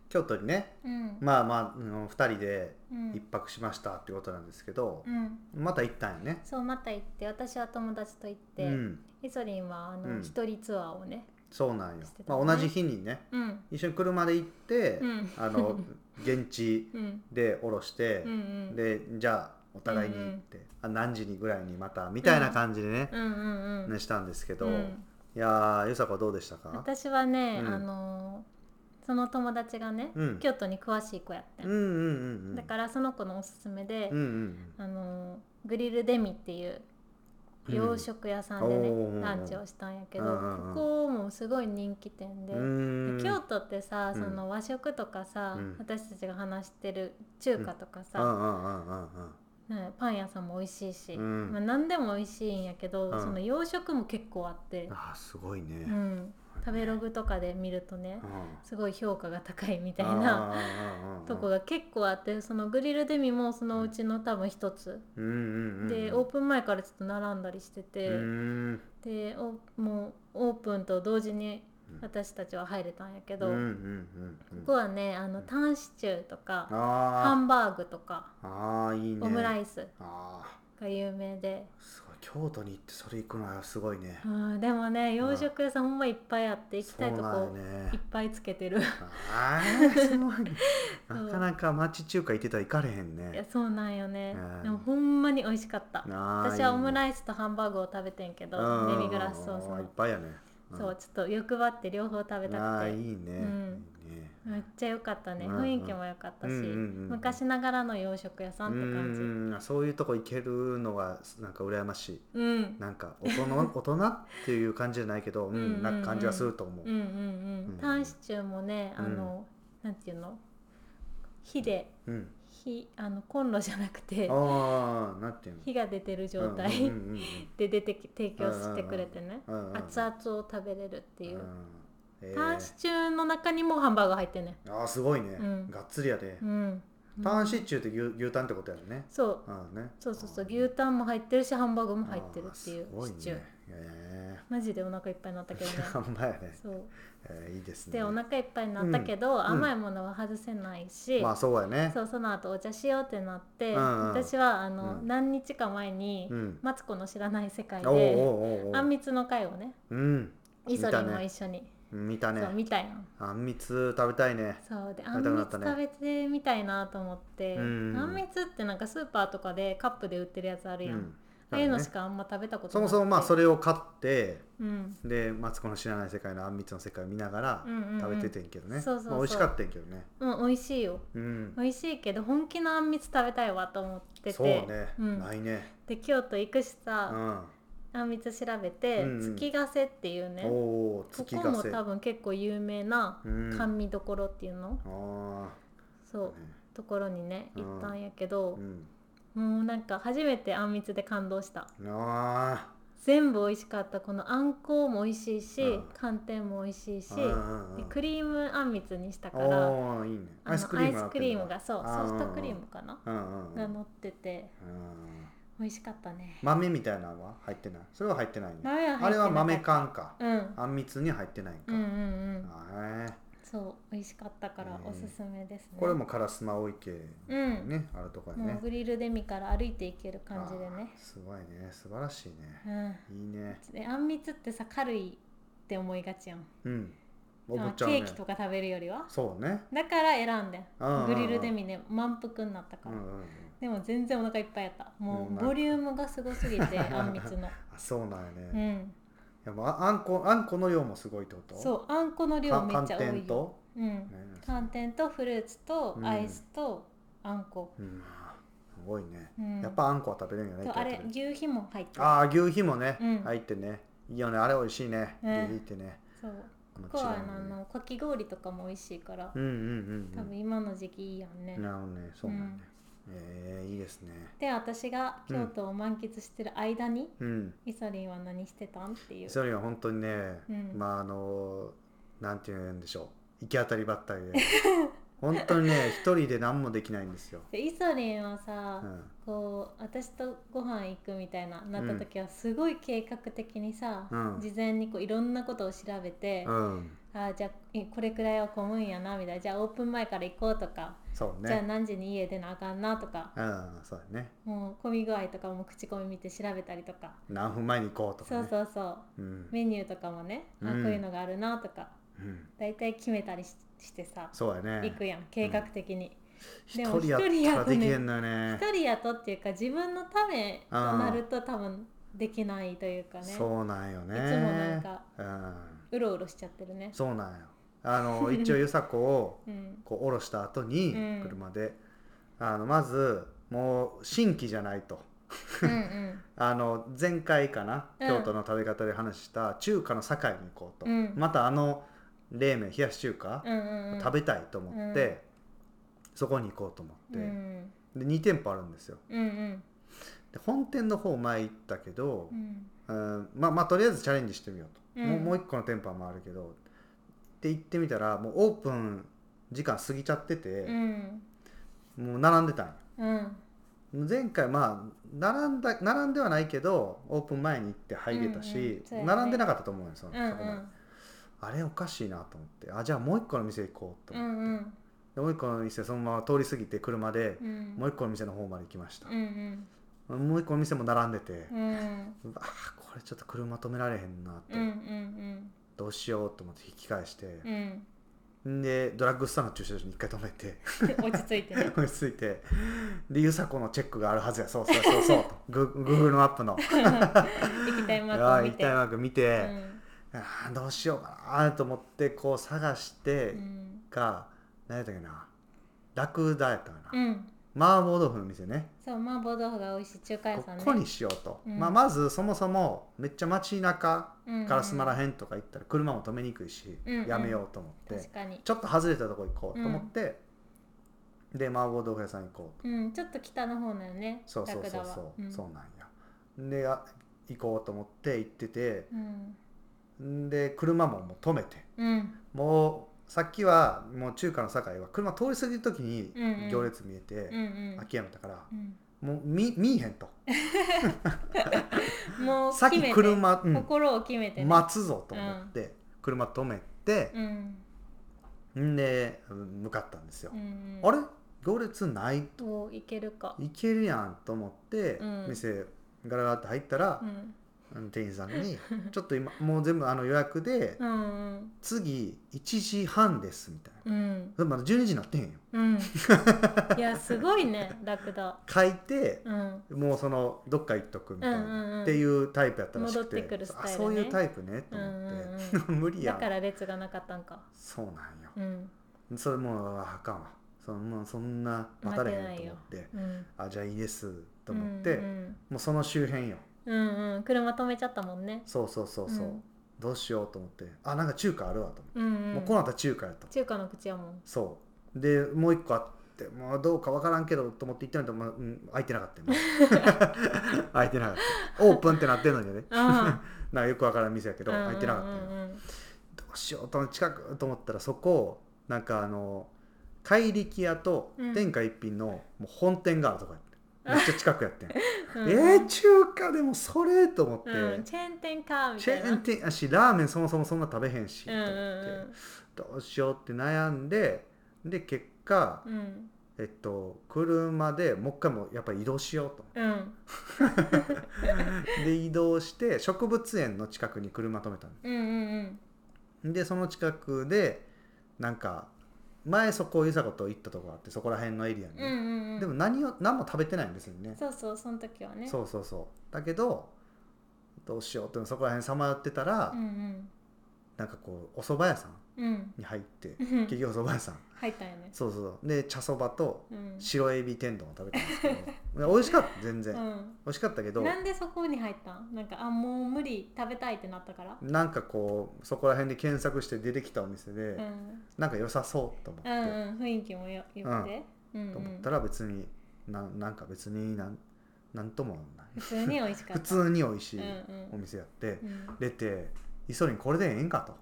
B: 京都にね
A: うん
B: まあまあ、うん、2人で
A: うん
B: 一泊しましたってことなんですけど
A: う、ん
B: また行ったんよね
A: そうまた行って私は友達と行っ
B: う
A: て
B: ん、
A: イソリンはあ
B: う
A: の
B: ん
A: 一人ツアーをね
B: そうなんよ
A: して、た
B: ま
A: ね
B: あ、同じ日にね
A: うん
B: 一緒に車で行って、
A: うん
B: あの現地
A: うん
B: で降ろして
A: うんう、ん
B: でじゃあお互いに行って、あ何時にぐらいにまたみたいな感じでね,、
A: うんうんうん
B: ねしたんですけど、
A: うん
B: いやーゆさこどうでしたか
A: 私はね、
B: うん
A: あのーその友達がね、
B: うん
A: 京都に詳しい子やって
B: うん
A: ん、
B: うんうんうん
A: だからその子のおすすめで、
B: うんうん
A: あのーグリルデミっていう
B: うん
A: 洋食屋さんでね、
B: おー
A: ランチをしたんやけど、
B: うんうんうん
A: ここもすごい人気店で、
B: うん
A: 京都ってさ
B: うん
A: その和食とかさ、
B: うん
A: 私たちが話してる中華とか
B: うんう
A: さ、
B: んうんうんうん
A: ねパン屋さんも美味しいし、
B: うん
A: まあ、何でも美味しいんやけど、
B: うん
A: その洋食も結構あって、
B: あーすごいね、
A: う
B: うん
A: ん、食べログとかで見るとね、すごい評価が高いみたいな
B: な
A: とこが結構あってそのグリルデミもそのうちの多分一つ、
B: うんうんうん、
A: でオープン前からちょっと並んだりしてて、
B: うん
A: でおもうオープンと同時に
B: うん
A: 私たちは入れたんやけど、
B: うんうんうんうん
A: ここはねあのタンシチューとか、ハ
B: あ
A: ンバーグとか
B: ーあーいいね
A: オムラ
B: イ
A: イス
B: あー
A: が有名で、
B: すごい京都に行ってそれ行くのはすごいね、
A: うん、でもね洋食屋さんほんまいっぱいあって行き
B: そう
A: たいと
B: なんよ
A: こ
B: ね
A: いっぱいつけてる
B: あーすごい
A: そう
B: なかなか町中華行ってたら行かれへん
A: いや
B: ね
A: そうなんよね、
B: うん
A: でもほんまに美味しかった私
B: 私
A: はオム
B: イ
A: ライスとハンバーグを食べてんけどデミグラスソース
B: いっ
A: の
B: ぱいやねん
A: そうちょっと欲張って両方食べた
B: あ
A: く
B: ーい
A: て
B: いね,いいね、
A: うんめっちゃ良かったね
B: うんうん
A: 雰囲気も良かったし
B: うんうんうん
A: 昔ながらの洋食屋さんって感
B: うんそういうとこ行けるのがなんか羨ましい
A: じうん
B: なんか大人 大人っていう感じじゃないけど、うん
A: うんうん
B: なんか感じはすると思う、
A: うんうん
B: う
A: うんんタンシチューもね
B: うん
A: あのなんていうの火で
B: うん
A: 火あのコンロじゃなくて
B: ああなんていうの
A: 火が出てる状態
B: うんうんうん
A: で出てき提供してくれてね
B: うんうんうん
A: 熱々を食べれるっていううん
B: えー
A: タンシチューの中にもハンバーグ入ってんね
B: あーすごいね、
A: うん
B: がっつりやで、
A: うん
B: ターンシチューって牛牛タンってことやんね
A: そう
B: うんね
A: そうそうそう
B: あー
A: 牛タンも入ってるしハンバーグも入ってるっていう
B: あーすごい
A: シ
B: ね
A: チュー、
B: え
A: マジでお腹いっぱいになった
B: え
A: けどね
B: ほんまやね、
A: そう
B: えーいいですね
A: でお腹いっぱいになったけど、
B: ん
A: 甘いものは外せないし、
B: まあそうやね
A: そうその後お茶しようってなって、
B: うんうん
A: 私はあの、
B: うん
A: 何日か前に、
B: うん
A: マツコの知らない世界
B: おうお
A: で
B: うおうお
A: あん
B: う
A: みつの会をね
B: うん
A: イソリンも
B: 見
A: 一緒に、
B: 見た
A: そう
B: ね
A: 見たやん
B: あんみつ食べたいね
A: そうであ
B: 食べ
A: ん
B: たくな
A: み
B: っ
A: つ
B: たね
A: 食べてみたいなと思って、
B: うん
A: あんみつってなんかスーパーとかでカップで売ってるやつあるやん、
B: うん
A: ああいうのしかあんま食べたこと
B: そ
A: な
B: も
A: くて
B: そもまあそれを買って
A: うん、
B: でマツコの知らない世界のあんみつの世界を見ながら
A: うんうんうん
B: 食べててんけどね、
A: そうそうそう
B: まあ、美味しかったんけどね
A: うん、美味しいよ
B: うん
A: 美味しいけど本気のあんみつ食べたいわと思ってて
B: そうね、
A: うん
B: ないね
A: で京都行くし
B: う
A: さ、
B: ん
A: あんみつ調べて、
B: うんうん
A: 月ヶ瀬っていうねこ
B: おお月
A: こ
B: ヶ
A: も
B: 瀬
A: 多分結構有名な
B: うん
A: 甘味どころっていうの、
B: あ
A: そ
B: あ
A: うところにね
B: うん
A: 行ったんやけど
B: う、ん
A: もうなんか初めてあんみつで感動した
B: あ
A: 全部美味しかったこのあんこうも美味しいし、
B: うん
A: 寒天も美味しいし、
B: ーうんうんう
A: で
B: ん
A: クリームあんみつにしたからあの
B: おーいいね
A: ア
B: ア
A: イ
B: イ
A: ス
B: ス
A: ク
B: ク
A: リ
B: リ
A: ー
B: ー
A: ム
B: ム
A: がそうソ
B: あー
A: フトクリームかな、
B: うんうんう
A: が
B: ん
A: 乗ってて
B: うん
A: 美味しかったね
B: 豆みたいなのは入ってないそれは入ってないね
A: 豆は入ってなかった
B: あれは豆缶か
A: うん、うん
B: あんみつに入ってないんか、
A: うんうん
B: あー
A: そう美味しかったから
B: うん
A: おすすめですね、
B: これもカラスマ多い系
A: うん、
B: ね、あるとこや
A: もう
B: ね
A: グリルデミから歩いていける感じでね
B: あーすごいね素晴らしいね
A: うん
B: いいね
A: であんみつってさ軽いって思いがちやん、
B: うん
A: ま
B: 思
A: あ
B: っち
A: ケ
B: ゃうね
A: ーキとか食べるよりは
B: そうね
A: だから選んでん
B: うんうんう
A: グリ
B: ん
A: ルデミね満腹になった
B: う
A: か
B: ん
A: ら、
B: うんうん
A: でも全然お腹いっぱいやったも
B: うん
A: う
B: まあ
A: ボリュームがすごす ぎてあんみつの
B: あそうなんやね、
A: う
B: い
A: ん
B: やもうああんこあんこの量もすごいってこと
A: そうあんこの量めっちゃ多い
B: 寒天
A: よ
B: と、
A: うん
B: ね
A: 寒天とフルーツと
B: うん
A: アイスとあんこ、
B: うんまあごいね、
A: うん
B: やっぱあんこは食べれるんよね
A: と
B: 京
A: あ
B: 都で
A: れ牛皮も入ってる
B: ああ牛皮もね、
A: うん
B: 入ってねいいよねあれ美味しいね、
A: うん
B: 牛皮ってね
A: そう
B: も
A: コ
B: ちろん
A: ア
B: ね
A: のあのかき氷とかも美味しいから、
B: うんうんうん
A: 多
B: う
A: 分
B: ん
A: 今の時期いいやんね、
B: なるほどねそうなんだね、えーいいですね
A: で私が京都を満喫してる間に、
B: うん
A: イソリンは何してたんっていう
B: それは本当にね、
A: うん
B: まああのなんて言うんでしょう行き当たりばったり で本当にね一人で何もできないんですよ、
A: でイソリンはさ、
B: うん
A: こう私とご飯行くみたいななった時はすごい計画的にさ、
B: うん
A: 事前にこういろんなことを調べて、
B: うん、
A: あーじゃあえこれくらいは混むんやなみたいなじゃあオープン前から行こうとか、
B: そう
A: じゃあ
B: ね
A: 何時に家出なあかんなとか、
B: うんそうだね
A: もう混み具合とかも口コミ見て調べたりとか、
B: 何分前に行こうとか
A: そう
B: ね
A: そうそう
B: うん
A: メニューとかもね、あ
B: うん
A: こういうのがあるなとか
B: うん、
A: 大体決めたりししてさ、
B: そうや
A: 行く
B: ね
A: やん計画的に。
B: 一
A: でも
B: 人やったらできへんのよ
A: 一
B: ね
A: 人やとっていうか自分のためとなると多分できないというかね
B: そうなんよね
A: いつもなんか
B: うん
A: うろうろしちゃってるね
B: そうなんよあの 一応ゆさこを
A: うん
B: こう下ろした後に
A: うん
B: 車で、あのまずもう新規じゃないと
A: うんうん
B: あの前回かな
A: うん
B: 京都の食べ方で話した中華の堺に行こうと、
A: うん
B: またあの冷麺冷やし中華
A: うんうんうん
B: 食べたいと思って、
A: うん
B: そこに行こうと思って、
A: うん
B: で2店舗あるんですよ
A: うんうん
B: で本店の方前行ったけど
A: う、ん
B: うんまあまあとりあえずチャレンジしてみようと、
A: うん
B: もうもう一個の店舗は回るけどって行ってみたらもうオープン時間過ぎちゃってて、
A: うん
B: もう並んでたんよ
A: うん
B: 前回まあ並んだ並んではないけどオープン前に行って入れた
A: うんう
B: し
A: ん、そうやね
B: 並んでなかったと思うんですよ、
A: うんうん
B: そこまであれおかしいなと思ってあじゃあもう一個の店行こうと
A: う
B: 思って、
A: んうん
B: でもう一個の店そのまま通り過ぎて車で、
A: うん
B: もう一個の店の方まで行きました
A: う、ん
B: もう一個の店も並んでて
A: うんう、ん
B: うわあこれちょっと車止められへんなと、
A: うんうん
B: どうしようと思って引き返して、
A: うんうん
B: んでドラッグストアの駐車場に一回止めて
A: 落ち着いてね
B: 落ち着いてでゆさこのチェックがあるはずやそうそうそうそうとググーグルマップ の
A: 行きたいマー
B: ああ
A: ク
B: 行
A: 見
B: き
A: て
B: たいマーク見て、
A: うん
B: ああどうしようかなと思ってこう探して
A: うん
B: が、何やったっけなラクダやったか
A: う
B: な、
A: ん
B: 麻婆豆腐の店ね
A: そう麻婆豆腐が美味しい中華屋
B: こ
A: さんね
B: こにしようと、
A: うん
B: まあ、まずそもそもめっちゃ街中からすまら
A: ん
B: へんとか行ったら車も止めにくいし、
A: うんうん
B: やめようと思って、
A: 確かに
B: ちょっと外れたとこ行こうと思って、で麻婆豆腐屋さん行こうと
A: うんちょっと北の方なのね
B: そうそうそう
A: ラクダは
B: そう、
A: うん
B: そうなんやであ行こうと思って行ってて
A: うん
B: んで車ももう止めて
A: うん
B: もうさっきはもう中華の堺は車通り過ぎる時に
A: うんうん
B: 行列見えて、
A: うんうん
B: 諦めたから
A: うん
B: もう見見えへんと
A: もう
B: さっ
A: 決
B: き
A: めて
B: 車、うん
A: 心を決めてね
B: 待つぞと思って、車止めて、
A: うん
B: んでうん向かったんですよ
A: う、ん
B: あれ行列ない
A: おいけるか
B: 行けるやんと思って、
A: うん
B: 店ガラガラって入ったら
A: う、ん
B: うん店員さん に「ちょっと今もう全部あの予約で、
A: うん
B: 次1時半です」みたいな、
A: うん
B: それまだ12時になってへんよ
A: うんいやすごいねラクダ
B: 書いて、
A: うん
B: もうそのどっか行っとくみたいな、
A: うんうんうん
B: っていうタイプやったらしくて
A: 戻ってくるスタイルね
B: あそういうタイプねと
A: うんう
B: 思って、
A: ん
B: 無
A: うん
B: 理や
A: だ
B: ん
A: から列がなかったんか
B: そうなんよ
A: うん
B: それもうああかんわそのもうそんな待たれへんと思って
A: うん
B: あじゃあいいですと思って、
A: うん
B: もうその周辺よ
A: うんうんうん車止めちゃったもんね
B: そうそうそうそう、
A: うん
B: どうしようと思ってあなんか中華あるわと思って、
A: うんう
B: も
A: ん
B: うこの後は中華やと
A: 中華の口や もん
B: そうでもう一個あってもうどうかわからんけどと思って行ったのと、まあうん、開いてなかったよ、ね、 開いてなかったオープンってなってんのにね
A: あ
B: なんかよくわからん店やけど
A: うん
B: 開いてなかったよ、
A: うんうん
B: どうしようと思って近くと思ったらそこなんかあの怪力屋と
A: うん
B: 天下一品のもう本店があるとこやって、めっちゃ近くやってん
A: うん
B: えー、中華でもそれと思って、
A: うんチェーン店かみ
B: チ
A: た
B: ェ
A: い
B: ーン
A: な
B: 店やしラーメンそもそもそんな食べへんし、
A: うん
B: と思ってどうしようって悩んでで結果、
A: うんうん
B: えっと、車でもう一回もやっぱり移動しようと
A: うんうん
B: で移動して植物園の近くに車止めたん
A: うんうん
B: でその近くでなんか前そこゆさこと行ったとこあってそこら辺のエリアに、
A: うんうんうん
B: でも何を何も食べてないんですよね
A: そうそうその時はね
B: そうそうそうだけどどうしようってそこら辺さまよってたら、
A: うん
B: なんかこうお蕎麦屋さん
A: うん
B: に入って
A: うん
B: 企業そば屋さん
A: 入ったよね
B: そうそうそうで茶そばと
A: うん、
B: 白エビ天丼を食べたんで すけどで美味しかった全然、
A: う
B: 美味しかったけど
A: ん、なんでそこに入ったんなんかあもう無理食べたいってなったから
B: なんかこうそこら辺で検索して出てきたお店で、
A: うん
B: なんか良さそうと思って、
A: うんうん雰囲気もよよくて、うんうん
B: と思ったら別にななんか別になんなんともなんない
A: 普通に美味しかった
B: 普通に美味しい
A: うん
B: お
A: うん
B: 店やって、
A: うん、
B: 出て磯にこれでええんかと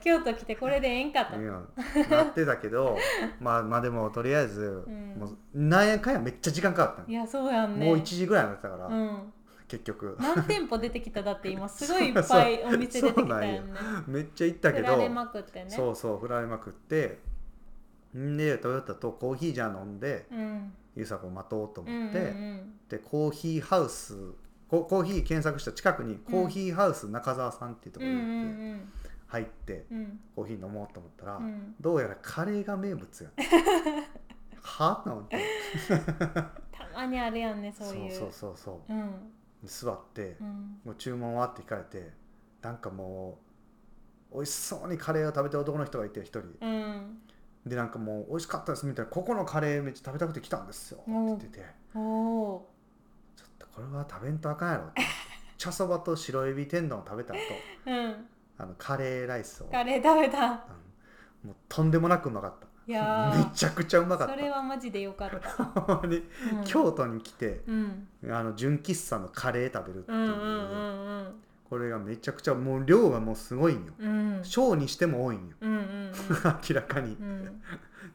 A: 京都来てこれでええんかと、
B: うんなってたけ どまあまあでもとりあえず、
A: うん
B: もうなんやかんやめっちゃ時間かかったの
A: いやそうやんね
B: もう1時ぐらいになってたから、
A: うん、
B: 結局
A: 何店舗出てきただって今すごいいっぱいお店出てきたよ
B: そう
A: ね
B: めっちゃ行ったけ
A: 振
B: ど
A: られまくってね
B: そうそう振られまくってんでトヨタとコーヒーじゃ飲んで
A: うん、
B: ゆさこを待とうと
A: うんうん
B: 思
A: う
B: って、
A: ん
B: でコーヒーハウスココーヒー検索した近くにコーヒーハウス中澤さんっていうとこ
A: う
B: ろ
A: んう
B: に
A: ん
B: 行って入って
A: うんうん
B: コーヒー飲もうと思ったら、
A: うん
B: どうやらカレーが名 物やったはあな思って
A: たまにあるやんねそういう
B: そうそうそうそう
A: うん
B: 座って
A: うん
B: もう注文はって聞かれてなんかもう美味しそうにカレーを食べてる男の人がいて一人
A: うん
B: でなんかもう美味しかったですみたいなここのカレーめっちゃ食べたくて来たんですよって
A: うん
B: 言ってて
A: おお
B: ちょっとこれは食べんとあかんや ろって茶そばと白エビ天丼を食べた後
A: ーうん
B: あのカレーライスを、
A: カレー食べた
B: うんもうとんでもなくうまかった
A: いやー
B: めちゃくちゃうまかっ
A: それはマジでよかった、
B: たほんまに
A: うん、
B: 京都に来て
A: うん
B: あの純喫茶のカレー食べるって
A: う
B: い
A: ん
B: う、
A: うんうん
B: これがめちゃくちゃもう量がもうすごいんよ
A: うんうん
B: 小にしても多いんよ
A: うんうん
B: 明らか
A: う
B: に、っ
A: ん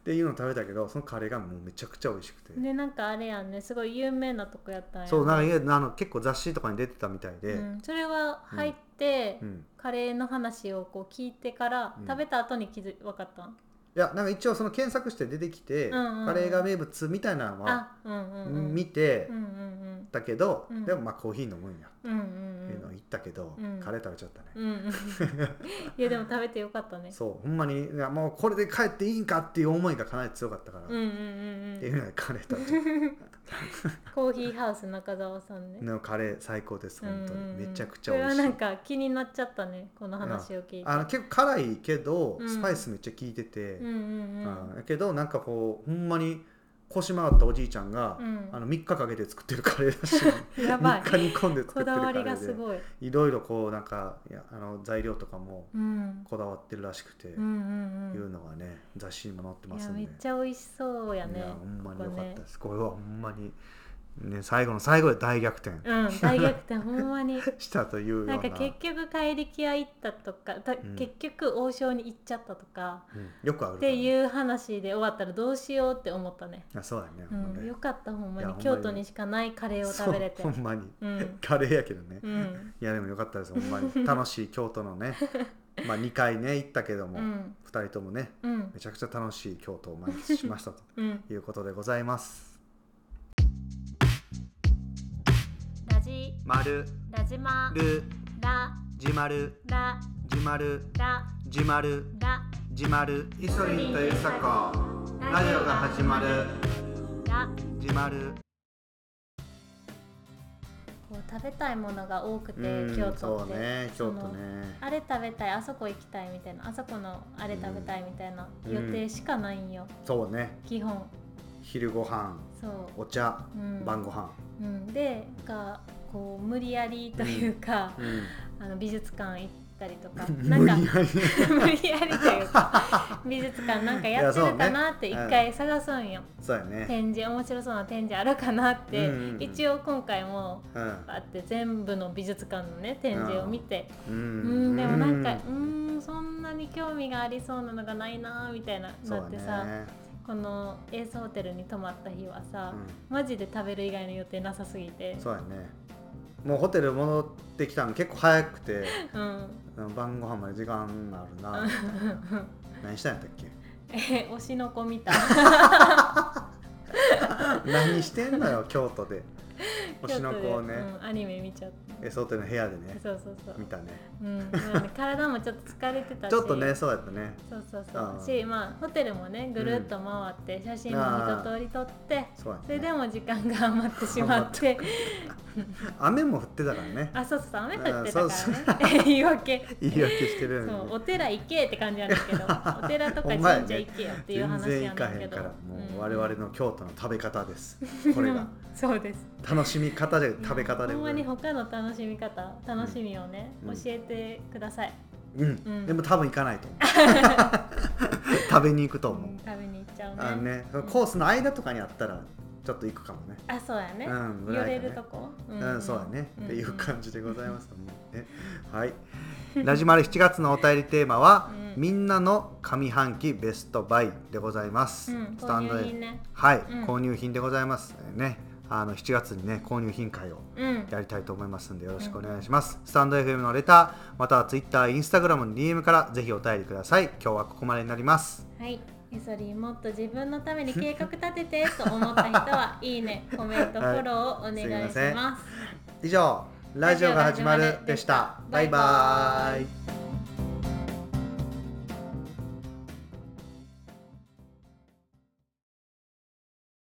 B: ていうのを食べたけどそのカレーがもうめちゃくちゃ美味しくて、
A: うんでなんかあれやんねすごい有名なとこやったんや
B: そうなんかいやあの結構雑誌とかに出てたみたいで、う
A: うんん、それは入って、
B: い
A: カレーの話をこう聞いてから、
B: うん
A: 食べた後に気づ分かったん
B: やなんか一応その検索して出てきて、
A: うんうんうん
B: カレーが名物みたいなのは
A: あうんうんうん
B: 見て
A: うんうん
B: たけど、
A: うん
B: でもまあコーヒー飲むんや
A: うんうんうん
B: っていうのを言ったけど、
A: うん
B: カレー食べちゃったね、
A: うんうんうんいやでも食べてよかったね
B: そうほんまにいやもうこれで帰っていいんかっていう思いがかなり強かったから、
A: うん
B: っ
A: うん
B: て
A: う
B: い
A: ん
B: うのでカレー食べちゃ っ
A: うんコーヒーハウス中澤さんね
B: たのカレー最高です本当に、
A: うんうんうん
B: めちゃくちゃ美味
A: これ
B: し
A: はいなんか気になっちゃったねこの話を聞いて
B: あの結構辛いけど、
A: うん
B: スパイスめっちゃ効いてて、
A: うんうんうん
B: あだけどなんかこうほんまに腰回ったおじいちゃんが、
A: うん
B: あの3日かけて作ってるカレーだし
A: やばい
B: 3日煮込んで作
A: こ
B: って
A: だ
B: る
A: わ
B: カレ
A: りがす
B: ーで
A: ごい、
B: いろいろこうなんかいやあの材料とかも
A: うん、
B: こだわってるらしくて、
A: うんうんうん
B: いうのがね雑誌にも載って
A: い
B: ま
A: や
B: すんで
A: めっちゃ美味しそうや
B: い
A: ね
B: やほんまに
A: こ
B: 良
A: こ
B: か
A: ね
B: ったですこれはほんまに、ね、最後の最後で大逆転
A: うん大逆転ほんま に
B: したというような
A: なんか結局帰り際行ったとかた、
B: ん
A: 結局王将に行っちゃったとか
B: うんよくある
A: って
B: う
A: いう話で終わったらどうしようって思ったね、
B: そうやね、
A: う
B: ほんま
A: ん、
B: ね
A: よかったほんま
B: いや
A: に
B: ほんま
A: 京
B: に
A: 都にしかないカレーを食べれて
B: そうほんまに、
A: うん
B: カレーやけどね、
A: う
B: い
A: ん
B: やでもよかったですほんまに楽しい京都の ねまあ2回ね行ったけど も、
A: う
B: 二
A: ん
B: 2人ともね
A: うん
B: めちゃくちゃ楽しい京都を満喫しましたと
A: うん
B: いうことでございます
C: ラジ
B: まる
C: ラジマ
B: る
C: ラ
B: じまる
C: ラ
B: じまる
C: ラ
B: じまる
C: ラ
B: じまるイソ
C: リンとユサ
B: コ
C: ラジオが始ま
B: る
C: ラ
B: じまる
A: こう食べたいものが多くて
B: うん
A: 京都
B: そ
A: っ
B: う
A: て、
B: ね京
A: そ
B: 都
A: の
B: ね
A: あれ食べたいあそこ行きたいみたいなあそこのあれ食べたいみたいな
B: うん
A: 予定しかないんよ、
B: そうね
A: 基本
B: 昼ご飯
A: そう、
B: お茶、
A: うん
B: 晩ご飯
A: うん、でがこう無理やりというか、
B: うん
A: あの美術館行ったりとかなん
B: 無
A: か
B: 理やり
A: 無理やりというか美術館なんかやってるかなって
B: い
A: 一
B: やそうね
A: 回探すんよ、
B: そうやね
A: 展示面白そうな展示あるかなって、
B: うんうんうん
A: 一応今回も
B: うん
A: あって全部の美術館のね展示を見て
B: う
A: うんんでもなんかうんそんなに興味がありそうなのがないなーみたいな
B: そ
A: な
B: う
A: って
B: だ
A: さ、
B: ね
A: このエースホテルに泊まった日はさ、
B: う
A: マジで食べる以外の予定なさすぎて
B: ん、そうやねもうホテル戻ってきたの結構早くて
A: うん、
B: うん晩ご飯まで時間あるなみたいな何したんやったっけ
A: え推しの子 見た
B: 何してんのよ京都で星の子をね
A: 京都でうん、アニメ見ちゃった
B: え想定の部屋でね
A: そうそうそう
B: 見たね
A: うんまあ ね、体もちょっと疲れてたし
B: ちょっとねそうやったね
A: そうそうそう
B: うん
A: し、まあ、ホテルもねぐるっと回って写真も一通り撮って、
B: そうやった
A: それで
B: ね
A: も時間が余ってしまって
B: 雨も降ってたからね
A: あそうそうそう雨降って
B: う
A: た
B: んそう
A: からね 言い訳
B: 言い訳してる
A: そ
B: の
A: う
B: に
A: お寺行けって感じなんですけ どお寺とか
B: ほん
A: 神
B: まやね
A: 社行けよっていう
B: 全
A: 話
B: 然
A: な
B: 行
A: ん
B: か
A: だ
B: へ
A: け
B: ん
A: ど
B: からもう我
A: ん
B: 々の京都の食べ 方ですこれ
A: う
B: が
A: んそうです
B: 楽しみ方で食べ方で
A: ほん
B: ご
A: ま
B: ざい
A: に
B: ま
A: 他の楽しみ方楽しみをね、
B: うん
A: 教えてください、
B: すうん、
A: うん
B: でも多分行かないと 思う食べに行くと
A: う
B: 思う、
A: ん、食べに行っちゃうね
B: あのねそのコースの間とかにあったらちょっと行くかもね
A: あそうやね、
B: うんぐ
A: 寄
B: らい
A: れ
B: かね
A: るとこう
B: うん、そうだね、
A: ん
B: っていう感じでございます、も うねはいラジマル7月のお便りテーマは、
A: うん
B: みんなの上半期ベストバイでございます、
A: うん
B: スタンド
A: 購入
B: で、
A: 品ね
B: はい、
A: ん
B: 購入品でございますえーねあの7月にね購入品会を
A: うん
B: やりたいと思いますんでよろしくお願いします、スタンド FM のレターまたは Twitter、Instagram の DM からぜひお便りください今日はここまでになります
A: はいエソリンもっと自分のために計画立ててと思った人 はいいねコメントフ
B: はい
A: ォローをお願いします
B: すいま以上ラジオが始まるでした
A: ラジオが始まるでした
B: バイバーイ